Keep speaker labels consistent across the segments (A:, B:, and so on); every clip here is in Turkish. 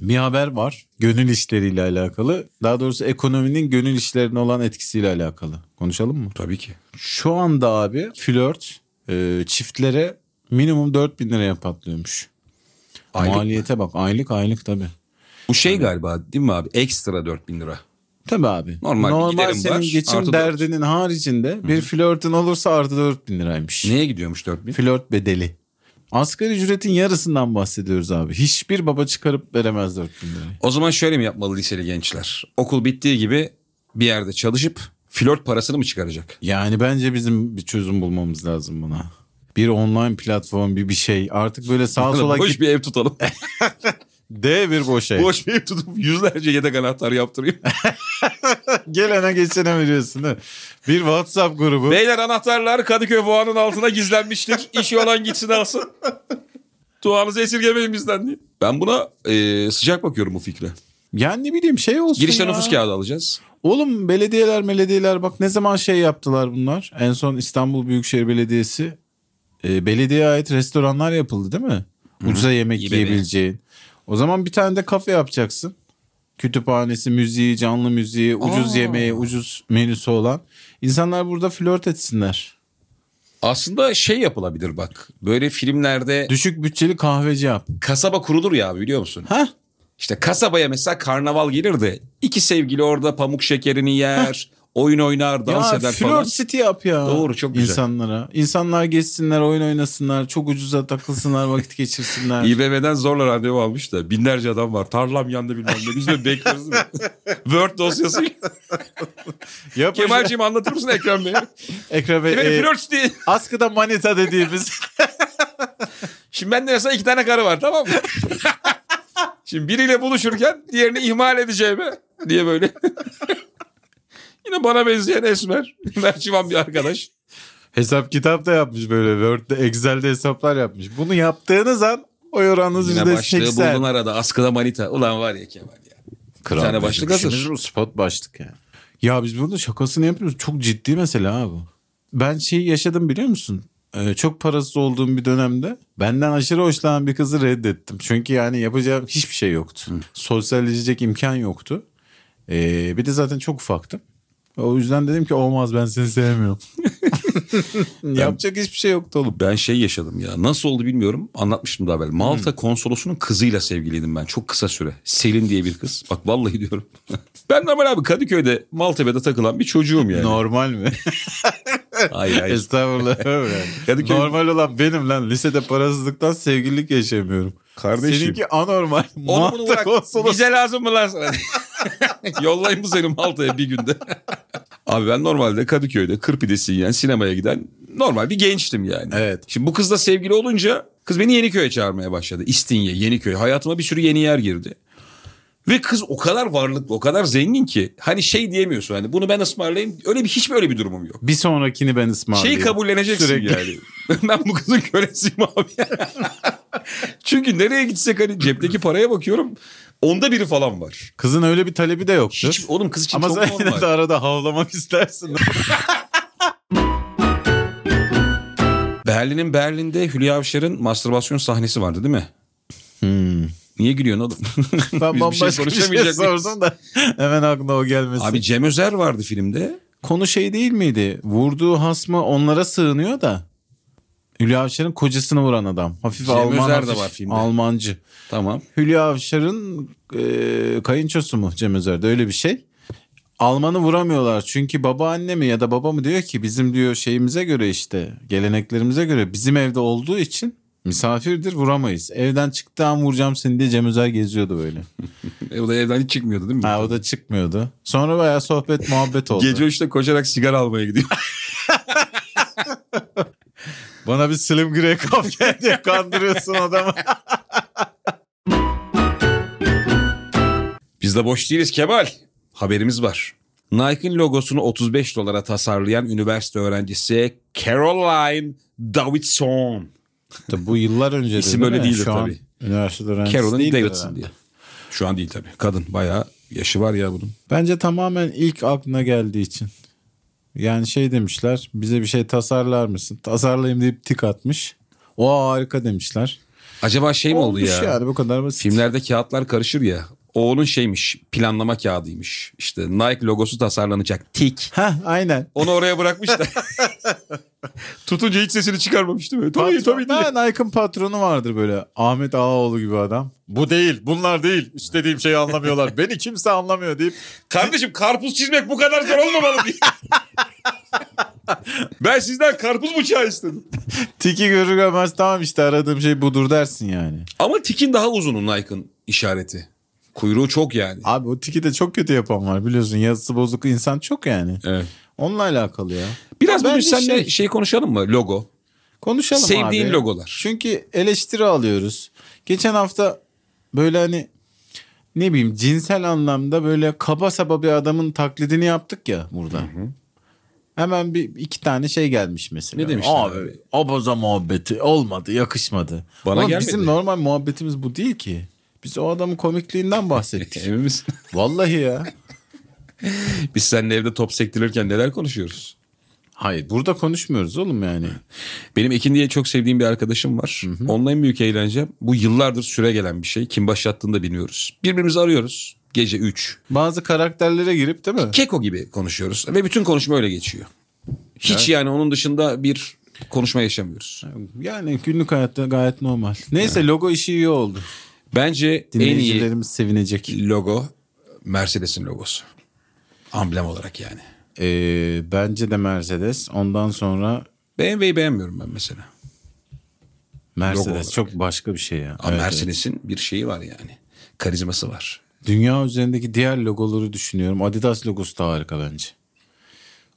A: Bir haber var gönül işleriyle alakalı. Daha doğrusu ekonominin gönül işlerine olan etkisiyle alakalı. Konuşalım mı?
B: Tabii ki.
A: Şu anda abi flört e, çiftlere minimum 4000 liraya patlıyormuş.
B: Aylık
A: Maliyete bak aylık aylık tabii.
B: Bu şey galiba değil mi abi? Ekstra 4000 lira.
A: Tabii abi.
B: Normal bir giderim
A: senin
B: var, artı
A: geçim
B: dört.
A: derdinin haricinde bir flörtün olursa artı 4000 liraymış.
B: Neye gidiyormuş 4000?
A: Flört bedeli. Asgari ücretin yarısından bahsediyoruz abi. Hiçbir baba çıkarıp veremez 4000 lirayı.
B: O zaman şöyle mi yapmalı liseli gençler? Okul bittiği gibi bir yerde çalışıp flört parasını mı çıkaracak?
A: Yani bence bizim bir çözüm bulmamız lazım buna. Bir online platform bir bir şey. Artık böyle sağa sola
B: boş
A: git
B: bir ev tutalım.
A: de bir boş şey.
B: boş bir ev tutup yüzlerce yedek anahtar yaptırayım.
A: Gelene geçene veriyorsun değil mi? Bir WhatsApp grubu.
B: Beyler anahtarlar Kadıköy Boğa'nın altına gizlenmiştir. İşi olan gitsin alsın. Tuğanızı esirgemeyin bizden diye. Ben buna e, sıcak bakıyorum bu fikre.
A: yani ne bileyim şey olsun
B: Girişte
A: ya.
B: nüfus kağıdı alacağız.
A: Oğlum belediyeler belediyeler bak ne zaman şey yaptılar bunlar. En son İstanbul Büyükşehir Belediyesi e, belediyeye ait restoranlar yapıldı değil mi? Ucuza yemek
B: İyi
A: yiyebileceğin. O zaman bir tane de kafe yapacaksın. Kütüphanesi, müziği, canlı müziği, ucuz
B: Aa.
A: yemeği, ucuz menüsü olan. İnsanlar burada flört etsinler.
B: Aslında şey yapılabilir bak. Böyle filmlerde
A: Düşük bütçeli kahveci yap.
B: kasaba kurulur ya abi biliyor musun?
A: Hah
B: İşte kasabaya mesela karnaval gelirdi. İki sevgili orada pamuk şekerini yer, oyun oynar, dans
A: ya
B: eder
A: flört
B: falan.
A: city yap ya.
B: Doğru, çok güzel.
A: İnsanlara. İnsanlar geçsinler, oyun oynasınlar, çok ucuza takılsınlar, vakit geçirsinler.
B: İBB'den zorla randevu almış da binlerce adam var. Tarlam yandı bilmem ne. Biz de bekliyoruz. Word dosyası.
A: Yap
B: Kemal'cim anlatır mısın Ekrem Bey'e?
A: Ekrem Bey,
B: Benim
A: e,
B: flört diye.
A: Askıda manita dediğimiz.
B: Şimdi bende mesela iki tane karı var tamam mı? Şimdi biriyle buluşurken diğerini ihmal edeceğime diye böyle. Yine bana benzeyen esmer. Mercivan bir arkadaş.
A: Hesap kitap da yapmış böyle. Word'de, Excel'de hesaplar yapmış. Bunu yaptığınız an o oranınız
B: Yine
A: yüzde
B: başlığı buldun arada. Askıda manita. Ulan var ya Kemal ya.
A: Kral
B: tane başlık hazır.
A: Spot başlık yani. Ya biz burada şakasını yapıyoruz. Çok ciddi mesele ha bu. Ben şeyi yaşadım biliyor musun? Ee, çok parasız olduğum bir dönemde benden aşırı hoşlanan bir kızı reddettim. Çünkü yani yapacağım hiçbir şey yoktu. Sosyalleşecek imkan yoktu. Ee, bir de zaten çok ufaktım. O yüzden dedim ki olmaz ben seni sevmiyorum. Yapacak hiçbir şey yoktu oğlum.
B: Ben şey yaşadım ya. Nasıl oldu bilmiyorum. Anlatmıştım daha evvel. Malta
A: Hmm.
B: konsolosunun kızıyla sevgiliydim ben. Çok kısa süre. Selin diye bir kız. Bak vallahi diyorum. ben normal abi Kadıköy'de Maltepe'de takılan bir çocuğum yani.
A: Normal mi?
B: Hayır hayır.
A: Estağfurullah. öyle.
B: Kadıköy-
A: Normal olan benim lan. Lisede parasızlıktan sevgililik yaşamıyorum.
B: Kardeşim.
A: Seninki anormal.
B: Onu bunu
A: Malta
B: bırak.
A: konsolos.
B: Bize lazım mı lan sana? Yollayın bu seni Malta'ya bir günde. Abi ben normalde Kadıköy'de kırpidesi yiyen sinemaya giden normal bir gençtim yani.
A: Evet.
B: Şimdi bu kızla sevgili olunca kız beni Yeniköy'e çağırmaya başladı. İstinye, Yeniköy. Hayatıma bir sürü yeni yer girdi. Ve kız o kadar varlıklı, o kadar zengin ki hani şey diyemiyorsun hani bunu ben ısmarlayayım. Öyle bir hiç böyle bir durumum yok.
A: Bir sonrakini ben ısmarlayayım.
B: Şeyi Şey kabulleneceksin
A: Sürekli.
B: yani. ben bu kızın kölesiyim abi. Çünkü nereye gitsek hani cepteki paraya bakıyorum. Onda biri falan var.
A: Kızın öyle bir talebi de yoktur.
B: Hiç, oğlum kız için
A: Ama
B: şey çok
A: sen yine de
B: normal.
A: arada havlamak istersin.
B: Berlin'in Berlin'de Hülya Avşar'ın mastürbasyon sahnesi vardı değil mi? Hmm. Niye gülüyorsun oğlum?
A: ben
B: Biz bir şey
A: bambaşka bir şey,
B: konuşamayacak mıyız?
A: sordum da hemen aklına o gelmesin.
B: Abi Cem Özer vardı filmde.
A: konu şey değil miydi? Vurduğu hasma onlara sığınıyor da. Hülya Avşar'ın kocasını vuran adam. Hafif
B: Cem
A: Alman,
B: Özer de
A: hafif
B: var filmde.
A: Almancı.
B: Tamam.
A: Hülya Avşar'ın e, kayınçosu mu Cem Özer'de öyle bir şey. Alman'ı vuramıyorlar çünkü babaanne mi ya da baba mı diyor ki bizim diyor şeyimize göre işte geleneklerimize göre bizim evde olduğu için misafirdir vuramayız. Evden çıktığı an vuracağım seni diye Cem Özer geziyordu böyle.
B: E, o da evden hiç çıkmıyordu değil mi?
A: Ha o da çıkmıyordu. Sonra bayağı sohbet muhabbet oldu.
B: Gece 3'te koşarak sigara almaya gidiyor.
A: Bana bir Slim Grey kap gel diye kandırıyorsun adamı.
B: Biz de boş değiliz Kemal. Haberimiz var. Nike'ın logosunu 35 dolara tasarlayan üniversite öğrencisi Caroline Davidson.
A: Tabii bu yıllar önce
B: İsim
A: değil
B: öyle
A: mi?
B: değildir
A: Şu an
B: tabii.
A: Üniversitede öğrencisi
B: Caroline
A: değildir
B: Davidson
A: herhalde.
B: diye. Şu an değil tabii. Kadın bayağı yaşı var ya bunun.
A: Bence tamamen ilk aklına geldiği için. Yani şey demişler bize bir şey tasarlar mısın? Tasarlayayım deyip tik atmış. O harika demişler.
B: Acaba şey mi oldu
A: Olmuş
B: ya?
A: yani bu kadar basit.
B: Filmlerde kağıtlar karışır ya. O onun şeymiş planlama kağıdıymış. İşte Nike logosu tasarlanacak. Tik.
A: Heh aynen.
B: Onu oraya bırakmış da. Tutunca hiç sesini çıkarmamış değil mi? Tabii tabii diye.
A: Ben Nike'ın patronu vardır böyle. Ahmet Ağaoğlu gibi adam. Bu değil, bunlar değil. İstediğim şeyi anlamıyorlar. Beni kimse anlamıyor deyip
B: Kardeşim karpuz çizmek bu kadar zor olmamalı diye. ben sizden karpuz bıçağı istedim.
A: tiki görür görmez tamam işte aradığım şey budur dersin yani.
B: Ama tikin daha uzun Nike'ın işareti. Kuyruğu çok yani.
A: Abi o tiki de çok kötü yapan var biliyorsun. Yazısı bozuk insan çok yani.
B: Evet.
A: Onunla alakalı ya.
B: Biraz
A: Bence
B: bugün seninle şey...
A: şey-
B: konuşalım mı? Logo.
A: Konuşalım abi.
B: Sevdiğin logolar.
A: Çünkü eleştiri alıyoruz. Geçen hafta böyle hani ne bileyim cinsel anlamda böyle kaba saba bir adamın taklidini yaptık ya burada. Hemen bir iki tane şey gelmiş mesela.
B: Ne demişler
A: abi?
B: abi?
A: Abaza muhabbeti olmadı, yakışmadı.
B: Bana
A: Oğlum
B: gelmedi.
A: Bizim normal muhabbetimiz bu değil ki. Biz o adamın komikliğinden bahsettik.
B: Emin misin?
A: Vallahi ya.
B: Biz seninle evde top sektirirken neler konuşuyoruz?
A: Hayır burada konuşmuyoruz oğlum yani.
B: Benim Ekin diye çok sevdiğim bir arkadaşım var. Onunla en büyük eğlence bu yıllardır süre gelen bir şey. Kim başlattığını da bilmiyoruz. Birbirimizi arıyoruz. Gece 3.
A: Bazı karakterlere girip değil mi?
B: Keko gibi konuşuyoruz. Ve bütün konuşma öyle geçiyor. Hiç yani onun dışında bir konuşma yaşamıyoruz.
A: Yani günlük hayatta gayet normal. Neyse logo işi iyi oldu.
B: Bence en iyi
A: Dinleyicilerimiz sevinecek.
B: logo Mercedes'in logosu. Amblem olarak yani.
A: Ee, bence de Mercedes. Ondan sonra
B: BMW'yi beğenmiyorum ben mesela. Logo olarak.
A: Mercedes çok başka bir şey ya.
B: Ama
A: Evet, evet.
B: Mercedes'in bir şeyi var yani. Karizması var.
A: Dünya üzerindeki diğer logoları düşünüyorum. Adidas logosu da harika bence.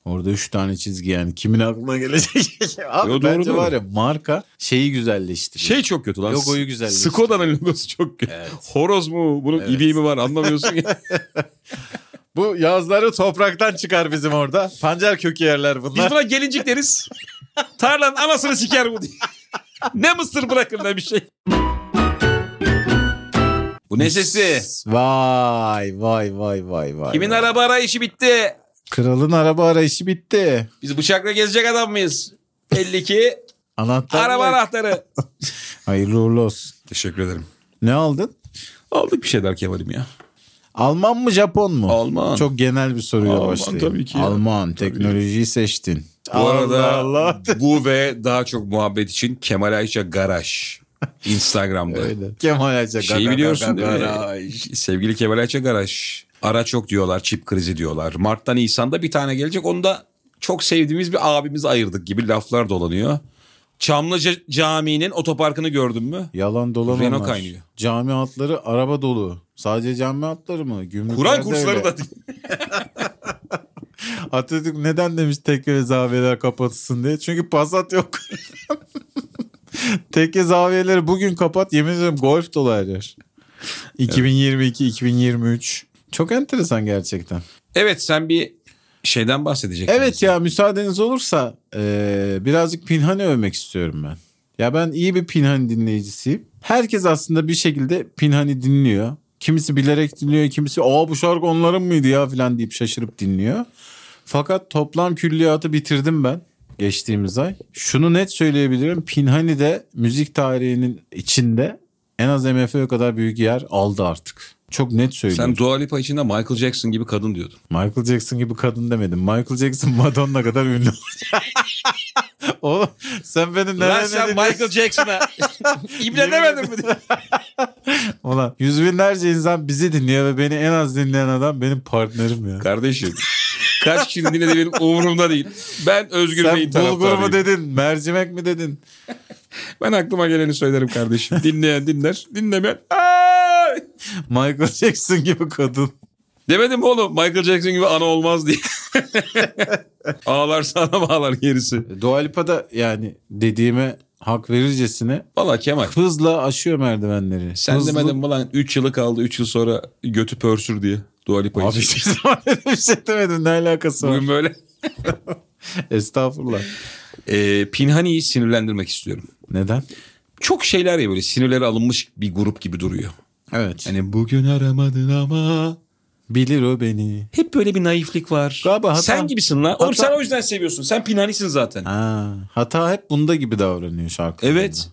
A: Orada üç tane çizgi yani kimin aklına gelecek? Abi
B: Yo, doğru,
A: bence
B: doğru.
A: var ya marka şeyi güzelleştiriyor.
B: Şey çok kötü lan.
A: Logoyu güzelleştir.
B: Skoda'nın logosu çok kötü. Horoz mu? Bunun ibiği mi var anlamıyorsun ya.
A: Bu yazları topraktan çıkar bizim orada. Pancar kökü yerler
B: Biz
A: bunlar.
B: buna gelincik deriz. Tarlanın anasını siker bu diye. ne mısır bırakır ne bir şey. Bu ne sesi?
A: Vay vay vay vay vay.
B: Kimin
A: vay.
B: araba arayışı bitti?
A: Kralın araba arayışı bitti.
B: Biz bıçakla gezecek adam mıyız? 52
A: Anahtar
B: araba
A: bırak.
B: anahtarı.
A: Hayırlı uğurlu olsun.
B: Teşekkür ederim.
A: Ne aldın?
B: Aldık bir şeyler Kemal'im ya.
A: Alman mı Japon mu?
B: Alman.
A: Çok genel bir soruyla
B: Alman
A: başlayayım.
B: tabii ki ya.
A: Alman teknolojiyi seçtin.
B: Bu arada
A: Allah Allah.
B: bu ve daha çok muhabbet için Kemal Ayça Garaj Instagram'da.
A: Öyle. Kemal Ayça.
B: Şeyi biliyorsun değil mi?
A: Garaj.
B: Sevgili Kemal Ayça Garaj. Araç yok diyorlar, çip krizi diyorlar. Mart'tan Nisan'da bir tane gelecek. Onu da çok sevdiğimiz bir abimize ayırdık gibi laflar dolanıyor. Çamlıca Camii'nin otoparkını gördün mü?
A: Yalan dolan
B: Renault
A: onlar.
B: kaynıyor.
A: Cami hatları araba dolu. Sadece cami hatları mı? Gümrükler
B: Kur'an
A: de
B: kursları
A: öyle.
B: da
A: Atatürk neden demiş tekke ve zaviyeler kapatılsın diye? Çünkü pasat yok. tekke zaviyeleri bugün kapat yemin ediyorum golf dolu her yer. 2022-2023. Çok enteresan gerçekten.
B: Evet sen bir şeyden bahsedecektin.
A: Evet ya müsaadeniz olursa eee, birazcık Pinhani övmek istiyorum ben. Ya ben iyi bir Pinhani dinleyicisiyim. Herkes aslında bir şekilde Pinhani dinliyor. Kimisi bilerek dinliyor, kimisi aa bu şarkı onların mıydı ya falan deyip şaşırıp dinliyor. Fakat toplam külliyatı bitirdim ben geçtiğimiz ay. Şunu net söyleyebilirim. Pinhani de müzik tarihinin içinde en az MFÖ kadar büyük yer aldı artık. Çok net söylüyorum.
B: Sen Dua Lipa içinde Michael Jackson gibi kadın diyordun.
A: Michael Jackson gibi kadın demedim. Michael Jackson Madonna kadar ünlü. Oğlum sen beni
B: Lan
A: nereye
B: sen
A: ne
B: Michael Jackson'a imlenemedin mi?
A: Ulan yüz binlerce insan bizi dinliyor ve beni en az dinleyen adam benim partnerim ya.
B: Kardeşim kaç kişi dinledi benim umurumda değil. Ben Özgür Bey'in
A: Sen bulgur mu
B: taraftarıyım.
A: dedin, mercimek mi dedin?
B: Ben aklıma geleni söylerim kardeşim. Dinleyen dinler, dinlemeyen.
A: Michael Jackson gibi kadın.
B: Demedim mi oğlum Michael Jackson gibi ana olmaz diye. Ağlarsa ana bağlar gerisi.
A: Dua Lipa da yani dediğime hak verircesine
B: Valla Kemal
A: hızla aşıyor merdivenleri.
B: sen
A: Hızlı-
B: demedin mi lan 3 yılı kaldı 3 yıl sonra götü pörsür diye. Dua Lipa
A: Abi
B: için.
A: hiçbir zaman öyle bir şey demedim. Ne alakası var?
B: Bugün böyle.
A: Estağfurullah.
B: Ee, Pinhani'yi sinirlendirmek istiyorum.
A: Neden?
B: Çok şeyler ya böyle sinirleri alınmış bir grup gibi duruyor.
A: Evet.
B: Hani bugün aramadın ama.
A: Bilir o beni.
B: Hep böyle bir naiflik var.
A: Galiba hata-
B: sen gibisin lan. Oğlum
A: hata-
B: sen o yüzden seviyorsun. Sen Pinhani'sin zaten.
A: Ha, hata hep bunda gibi davranıyor şarkı.
B: Evet.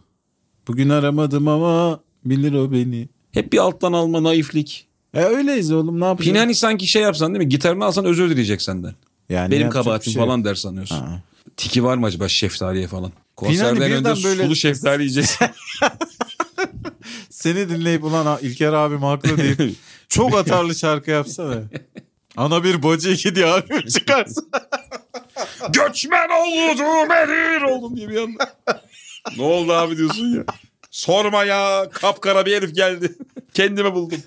A: Bugün aramadım ama bilir o beni.
B: Hep bir alttan alma naiflik.
A: E öyleyiz oğlum ne yapacağız?
B: Pinani sanki şey yapsan değil mi? Gitarını alsan özür dileyecek senden.
A: yani
B: Benim
A: yapacak
B: kabahatim
A: bir şey yok.
B: falan der sanıyorsun.
A: Ha.
B: Tiki var mı acaba şeftaliye falan? Konserden
A: birden
B: önce
A: böyle-
B: sulu şeftali yiyeceğiz.
A: Seni dinleyip ulan ha- İlker abim haklı deyip çok atarlı şarkı yapsana. Ana bir bacı iki diye abim çıkarsın.
B: Göçmen oldum erir oldum diye bir anda. ne oldu abi diyorsun ya. Sorma ya kapkara bir herif geldi. Kendimi buldum.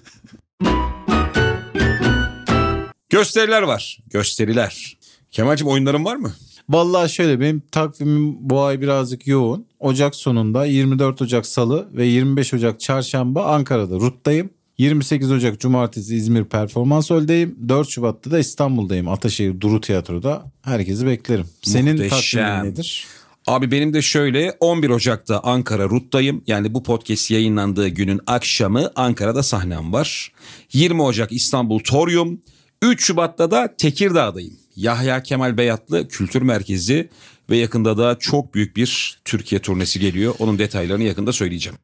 B: Gösteriler var. Gösteriler. Kemal'cim oyunların var mı?
A: Vallahi şöyle benim takvimim bu ay birazcık yoğun. Ocak sonunda 24 Ocak Salı ve 25 Ocak Çarşamba Ankara'da RUT'tayım. 28 Ocak Cumartesi İzmir Performans Hall'deyim. 4 Şubat'ta da İstanbul'dayım. Ataşehir Duru Tiyatro'da. Herkesi beklerim. Senin
B: Muhteşem.
A: takvimin nedir?
B: Abi benim de şöyle 11 Ocak'ta Ankara RUT'tayım. Yani bu podcast yayınlandığı günün akşamı Ankara'da sahnem var. 20 Ocak İstanbul Torium. 3 Şubat'ta da Tekirdağ'dayım. Yahya Kemal Beyatlı Kültür Merkezi ve yakında da çok büyük bir Türkiye turnesi geliyor. Onun detaylarını yakında söyleyeceğim.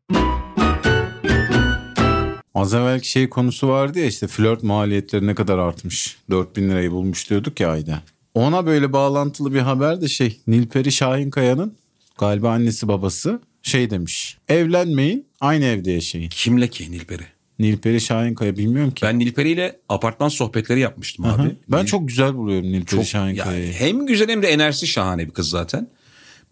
A: Az evvelki şey konusu vardı ya işte flört maliyetleri ne kadar artmış. 4000 lirayı bulmuş diyorduk ya ayda. Ona böyle bağlantılı bir haber de şey Nilperi Şahinkaya'nın galiba annesi babası şey demiş. Evlenmeyin aynı evde yaşayın.
B: Kimle ki Nilperi?
A: Nilperi Şahinkaya bilmiyorum ki.
B: Ben Nilperi ile apartman sohbetleri yapmıştım
A: Aha.
B: abi.
A: ben çok güzel buluyorum Nilperi
B: Çok-
A: Şahinkaya'yı.
B: yani hem güzel hem de enerjisi şahane bir kız zaten.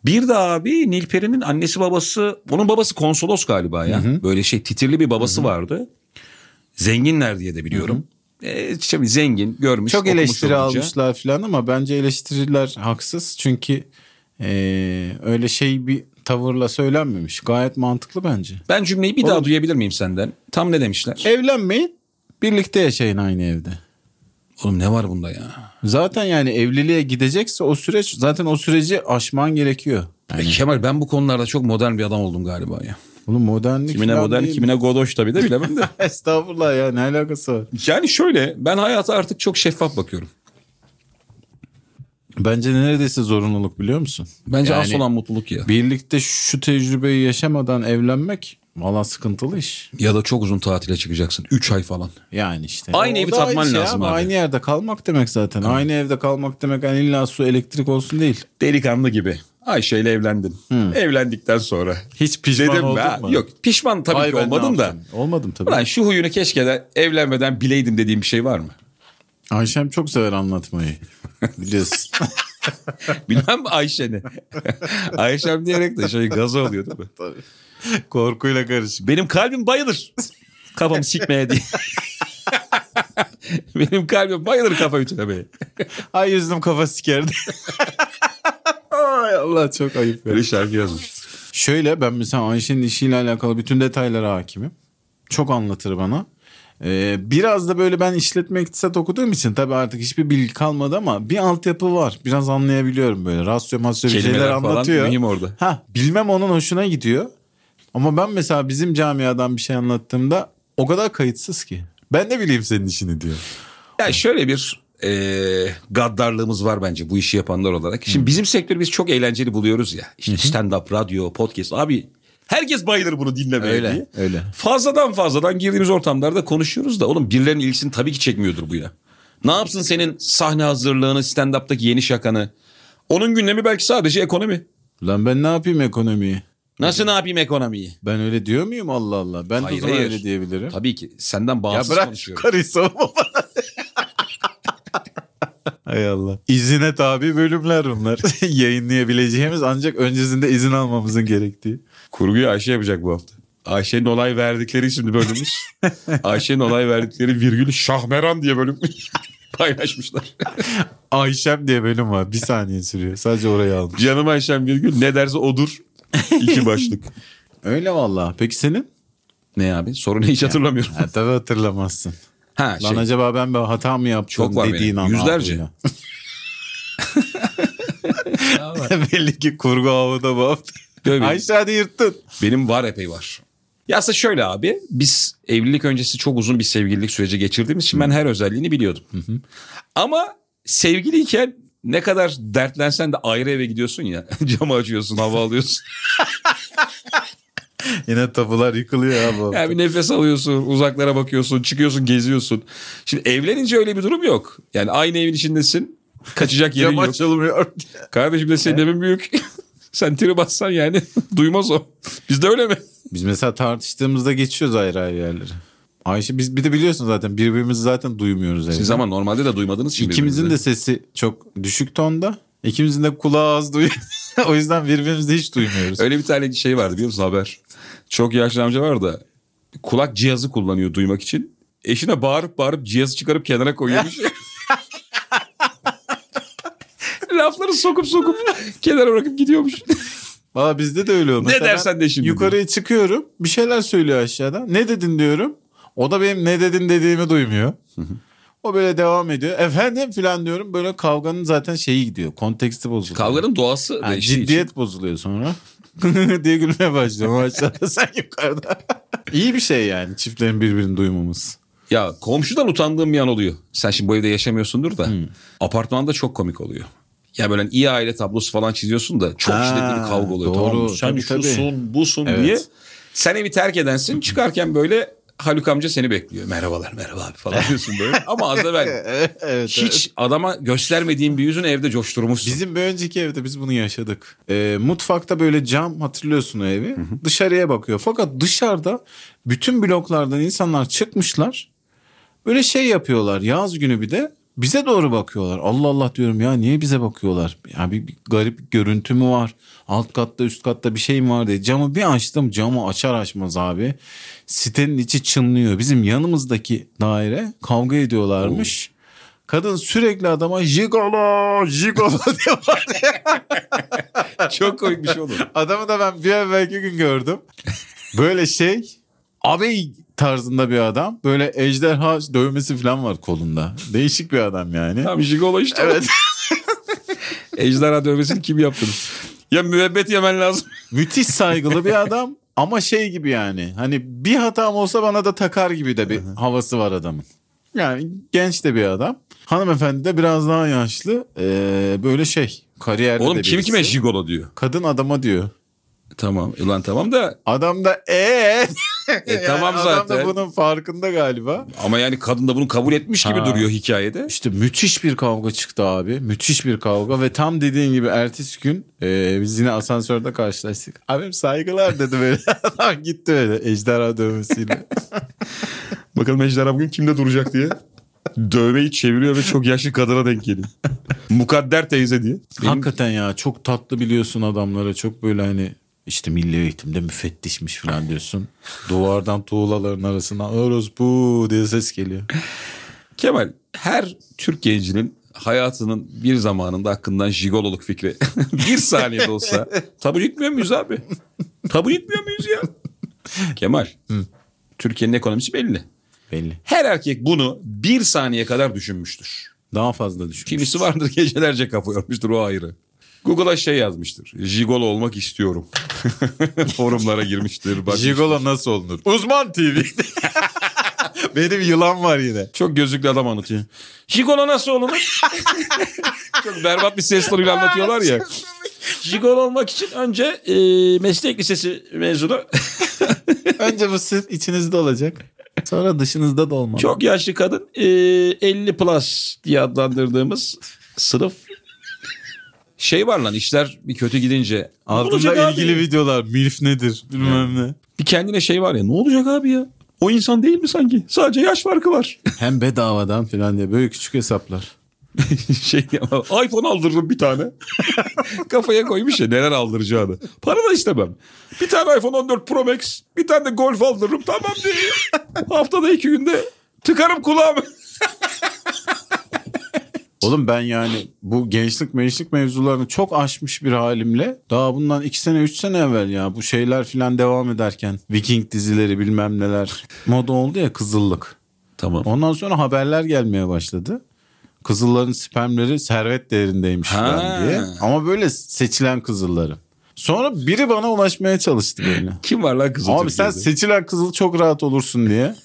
B: Bir de abi Nilperi'nin annesi babası, onun babası konsolos galiba ya. Böyle şey titirli bir babası vardı. Zenginler diye de biliyorum. E, şimdi zengin görmüş.
A: Çok
B: okumuş
A: eleştiri
B: olunca.
A: almışlar falan ama bence eleştiriler haksız. Çünkü eee, öyle şey bir tavırla söylenmemiş. Gayet mantıklı bence.
B: Ben cümleyi bir daha duyabilir miyim senden? Tam ne demişler?
A: Evlenmeyin birlikte yaşayın aynı evde.
B: Oğlum ne var bunda ya?
A: Zaten yani evliliğe gidecekse o süreç zaten o süreci aşman gerekiyor.
B: E, Kemal ben bu konularda çok modern bir adam oldum galiba ya.
A: Bunun modernlik
B: Kimine
A: falan
B: modern,
A: değil.
B: kimine godoş tabii de bilemem de.
A: Estağfurullah ya ne alakası var?
B: yani şöyle ben hayata artık çok şeffaf bakıyorum.
A: Bence neredeyse zorunluluk biliyor musun?
B: Bence
A: Yani
B: az olan mutluluk ya.
A: Birlikte şu tecrübeyi yaşamadan evlenmek valla sıkıntılı iş.
B: Ya da çok uzun tatile çıkacaksın. 3 ay falan.
A: Yani işte.
B: Aynı
A: O
B: evi
A: da
B: tatman
A: şey
B: lazım abi.
A: Aynı yerde kalmak demek zaten. Aynı evde kalmak demek yani illa su elektrik olsun değil.
B: delikanlı gibi. Ayşe ile evlendin. Evlendikten sonra.
A: Hmm. Hiç pişman
B: Dedim
A: oldun
B: "Ha,
A: mu?
B: Yok pişman tabii
A: Ay
B: ki
A: ben ne
B: olmadım da.
A: yaptım? Olmadım tabii.
B: Ulan şu huyunu keşke de evlenmeden bileydim dediğim bir şey var mı?
A: Ayşem çok sever anlatmayı. Biliyorsun.
B: Bilmem Ayşe'ni. Ayşem diyerek de şey gazı oluyor değil mi?
A: Korkuyla karışık.
B: Benim kalbim bayılır. Kafamı sikmeye diye. Benim kalbim bayılır kafa ütülemeye.
A: Ay yüzüm kafa sikerdi. Ay Allah çok ayıp. ya.
B: Böyle şarkı yazmış.
A: Şöyle ben mesela Ayşe'nin işiyle alakalı bütün detaylara hakimim. Çok anlatır bana. Ee, biraz da böyle ben işletme iktisat okuduğum için tabii artık hiçbir bilgi kalmadı ama bir altyapı var. Biraz anlayabiliyorum böyle. Rasyo masyo bir şeyler
B: Kelimeler falan
A: anlatıyor.
B: mühim orada.
A: Ha, bilmem onun hoşuna gidiyor. Ama ben mesela bizim camiadan bir şey anlattığımda o kadar kayıtsız ki. Ben ne bileyim senin işini diyor.
B: Ya şöyle bir e, gaddarlığımız var bence bu işi yapanlar olarak. Şimdi bizim sektörü biz çok eğlenceli buluyoruz ya. İşte stand-up, radyo, podcast. Abi herkes bayılır bunu dinlemeye
A: Öyle,
B: diye.
A: öyle.
B: Fazladan fazladan girdiğimiz ortamlarda konuşuyoruz da oğlum birilerinin ilgisini tabii ki çekmiyordur bu ya. Ne yapsın senin sahne hazırlığını, stand-up'taki yeni şakanı. Onun gündemi belki sadece ekonomi.
A: Lan ben ne yapayım ekonomiyi?
B: Nasıl ne yapayım ekonomiyi?
A: Ben öyle diyor muyum Allah Allah? Ben de o
B: Hayır,
A: zaman
B: hayır.
A: öyle diyebilirim.
B: Tabii ki senden
A: Ya
B: bağımsız
A: bırak şu
B: konuşuyorum.
A: karıyı savunma bana. Hay Allah. İzine tabi bölümler bunlar. Yayınlayabileceğimiz ancak öncesinde izin almamızın gerektiği.
B: Kurguyu Ayşe yapacak bu hafta. Ayşe'nin olay verdikleri isimli bölümümüz. Ayşe'nin olay verdikleri virgül Şahmeran diye bölüm paylaşmışlar.
A: Ayşem diye bölüm var. Bir saniye sürüyor. Sadece orayı aldım.
B: Canım Ayşem virgül ne derse odur. İki başlık.
A: Öyle vallahi. Peki senin?
B: ne abi sorunu hiç hatırlamıyorum.
A: Ha, tabii hatırlamazsın.
B: Ha
A: Lan
B: şey,
A: acaba ben bir hata mı yaptım
B: Çok var
A: dediğin
B: benim.
A: an
B: Yüzlerce.
A: aklına. Belli ki kurgu havada bu hafta.
B: Tabii.
A: Ayşe hadi yırttın.
B: benim var epey var. Ya aslında şöyle abi biz evlilik öncesi çok uzun bir sevgililik süreci geçirdiğimiz için ben her özelliğini biliyordum. Ama sevgiliyken ne kadar dertlensen de ayrı eve gidiyorsun ya camı açıyorsun hava alıyorsun.
A: Yine tapular yıkılıyor abi.
B: Yani bir nefes alıyorsun, uzaklara bakıyorsun, çıkıyorsun, geziyorsun. Şimdi evlenince öyle bir durum yok. Yani aynı evin içindesin. Kaçacak yerin
A: Cam
B: yok.
A: açılmıyor.
B: Kardeşim de senin evin büyük. Sen tiri bassan yani duymaz o. Bizde öyle mi?
A: Biz mesela tartıştığımızda geçiyoruz ayrı ayrı yerlere. Ayşe biz bir de biliyorsun zaten birbirimizi zaten duymuyoruz. evde.
B: Siz ama normalde de duymadınız şimdi.
A: İkimizin de sesi çok düşük tonda. İkimizin de kulağı az duyuyor. o yüzden birbirimizi hiç duymuyoruz.
B: Öyle bir tane şey vardı biliyor musun haber? Çok yaşlı amca var da kulak cihazı kullanıyor duymak için. Eşine bağırıp bağırıp cihazı çıkarıp kenara koyuyormuş. Lafları sokup sokup kenara bırakıp gidiyormuş.
A: Valla bizde de öyle oldu. Mesela ben
B: dersen de şimdi
A: Yukarıya çıkıyorum. Bir şeyler söylüyor aşağıdan. Ne dedin diyorum. O da benim ne dedin dediğimi duymuyor. o böyle devam ediyor. Efendim filan diyorum. Böyle kavganın zaten şeyi gidiyor. Konteksti bozuluyor.
B: Kavganın doğası
A: Ha,
B: değiştiği için.
A: ciddiyet bozuluyor sonra. diye gülmeye başlıyorum. O Aşağıda sen yukarıda. İyi bir şey yani çiftlerin birbirini duymaması.
B: Ya komşudan utandığım bir an oluyor. Sen şimdi bu evde yaşamıyorsundur da.
A: Hmm.
B: Apartmanda çok komik oluyor. Ya böyle iyi aile tablosu falan çiziyorsun da çok
A: Ha,
B: şiddetli bir kavga oluyor.
A: doğru.
B: Tamam, sen
A: Tabii, tabii.
B: şusun, busun
A: Evet.
B: diye. Sen evi terk edensin. Çıkarken böyle Haluk amca seni bekliyor. Merhabalar, merhaba abi falan diyorsun böyle. Ama az evvel
A: evet,
B: hiç adama göstermediğin bir yüzünü evde coşturmuşsun.
A: Bizim bir önceki evde biz bunu yaşadık. Ee, mutfakta böyle cam hatırlıyorsun o evi. Dışarıya bakıyor. Fakat dışarıda bütün bloklardan insanlar çıkmışlar. Böyle şey yapıyorlar yaz günü bir de bize doğru bakıyorlar. Allah Allah diyorum ya niye bize bakıyorlar? Ya bir, bir garip bir görüntü mü var? Alt katta üst katta bir şey mi var diye. Camı bir açtım camı açar açmaz abi. Sitenin içi çınlıyor. Bizim yanımızdaki daire kavga ediyorlarmış. Kadın sürekli adama jigolo jigolo diye bağırıyor.
B: çok komik bir şey olur.
A: Adamı da ben bir evvelki gün gördüm. Böyle şey abey tarzında bir adam. Böyle ejderha dövmesi falan var kolunda. Değişik bir adam yani.
B: Tam jigolo işte.
A: Evet.
B: Ejderha dövmesini kim yaptınız? Ya müebbet yemen lazım.
A: Müthiş saygılı bir adam ama şey gibi yani. Hani bir hatam olsa bana da takar gibi de bir havası var adamın. Yani genç de bir adam. Hanımefendi de biraz daha yaşlı. Ee, böyle şey kariyerde de
B: Oğlum kim
A: birisi.
B: kime jigolo diyor.
A: Kadın adama diyor.
B: Tamam ulan tamam da
A: Adam da eee. Yani
B: E, tamam
A: Adam da
B: zaten.
A: bunun farkında galiba.
B: Ama yani kadın da bunu kabul etmiş gibi
A: Ha.
B: duruyor hikayede.
A: İşte müthiş bir kavga çıktı abi. Müthiş bir kavga ve tam dediğin gibi ertesi gün e, biz yine asansörde karşılaştık. Abim saygılar dedi böyle. Adam gitti böyle ejderha dövmesiyle.
B: Bakalım Ejderha bugün kimde duracak diye. Dövmeyi çeviriyor ve çok yaşlı kadına denk geliyor. Mukadder teyze diye.
A: Hakikaten ya çok tatlı biliyorsun adamlara. Çok böyle hani işte milli eğitimde müfettişmiş falan diyorsun. Duvardan tuğlaların arasından Oros bu diye ses geliyor.
B: Kemal her Türk gencinin hayatının bir zamanında hakkından jigololuk fikri. bir saniyede olsa tabu yutmuyor muyuz abi? Tabu yutmuyor muyuz ya? Kemal Türkiye'nin ekonomisi belli.
A: Belli.
B: Her erkek bunu bir saniye kadar düşünmüştür.
A: Daha fazla düşün.
B: Kimisi vardır gecelerce kafa yormuştur o ayrı. Google'a şey yazmıştır. Jigolo olmak istiyorum. Forumlara girmiştir. Bak
A: Jigolo nasıl olunur? Uzman TV. Benim yılan var yine.
B: Çok gözlüklü adam anlatıyor. Jigolo nasıl olunur? Çok berbat bir ses tonuyla anlatıyorlar ya. Jigolo olmak için önce e, meslek lisesi mezunu
A: Önce bu sizin içinizde olacak. Sonra dışınızda da olmalı.
B: çok yaşlı kadın e, 50 plus diye adlandırdığımız sınıf. Şey var lan işler bir kötü gidince. Ne olacak
A: Altında
B: abi?
A: ilgili videolar. Milf nedir? Bilmem ne.
B: Bir kendine şey var ya ne olacak abi ya? O insan değil mi sanki? Sadece yaş farkı var.
A: Hem bedavadan falan diye böyle küçük hesaplar.
B: şey ama iPhone aldırırım bir tane. Kafaya koymuş ya neler aldıracağını. Para da istemem. Bir tane iPhone 14 Pro Max, bir tane de Golf aldırırım tamam diyor. Haftada iki günde tıkarım kulağımı.
A: Oğlum ben yani bu gençlik mençlik mevzularını çok aşmış bir halimle daha bundan 2 sene 3 sene evvel ya bu şeyler filan devam ederken Viking dizileri bilmem neler moda oldu ya kızıllık.
B: Tamam.
A: Ondan sonra haberler gelmeye başladı. Kızılların spermleri servet değerindeymiş
B: Ha.
A: falan diye. Ama böyle seçilen kızılların. Sonra biri bana ulaşmaya çalıştı böyle.
B: Kim var lan kızı?
A: Abi sen seçilen kızıl çok rahat olursun diye.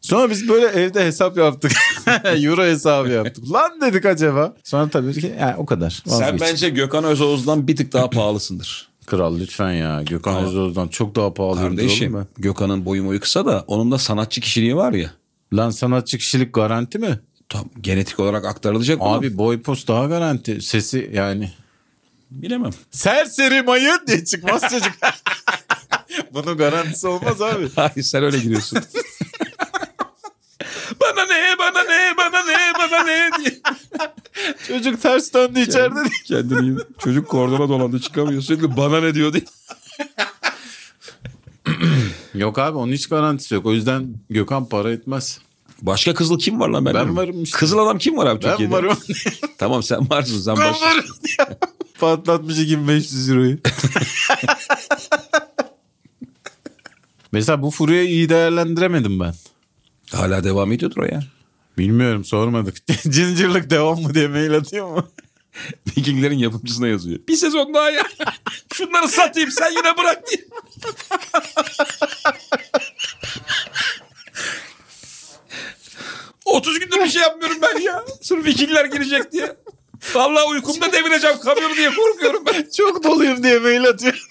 A: Sonra biz böyle evde hesap yaptık. Euro hesabı yaptık. Lan dedik acaba. Sonra tabii ki "Ya o kadar.
B: sen
A: Vazgeçtik."
B: bence Gökhan Özoğuz'dan bir tık daha pahalısındır.
A: Kral lütfen ya. Gökhan Özdoz'dan çok daha pahalıyım diyorum
C: Kardeşim Gökhan'ın boyu boyu kısa da onun da sanatçı kişiliği var ya.
A: ben. Lan sanatçı kişilik garanti mi?
C: Tam genetik olarak aktarılacak mı?
A: Abi boy post daha garanti. Sesi yani.
C: bilemem.
A: Serseri mayın diye çıkmaz çocuk. Bunun garantisi olmaz abi.
C: Hayır sen öyle giriyorsun.
B: Bana ne bana ne bana ne bana ne diye.
A: Çocuk ters döndü içeride.
B: Kendini çocuk kordona dolandı çıkamıyor. Sürekli bana ne diyor diye.
A: Yok abi onun hiç garantisi yok. O yüzden Gökhan para etmez.
C: Başka kızıl kim var lan ben?
A: Ben
C: bilmiyorum.
A: varım işte.
C: Kızıl adam kim var abi
A: Ben
C: Türkiye'de?
A: varım.
C: Tamam sen varsın sen
A: ben
C: baş.
A: varım diye. Patlatmış 2500 euroyu. Mesela bu furuyu iyi değerlendiremedim ben.
C: Hala devam ediyordur o ya.
A: Bilmiyorum sormadık. Cincirlik devam mı diye mail atıyor mu?
C: Vikinglerin yapımcısına yazıyor.
B: Bir sezon daha ya. Şunları satayım sen yine bırak diye. ...30 gündür bir şey yapmıyorum ben ya. Sırf Vikingler girecek diye. Vallahi uykumda devireceğim kamyonu diye korkuyorum ben.
A: Çok doluyum diye mail atıyor.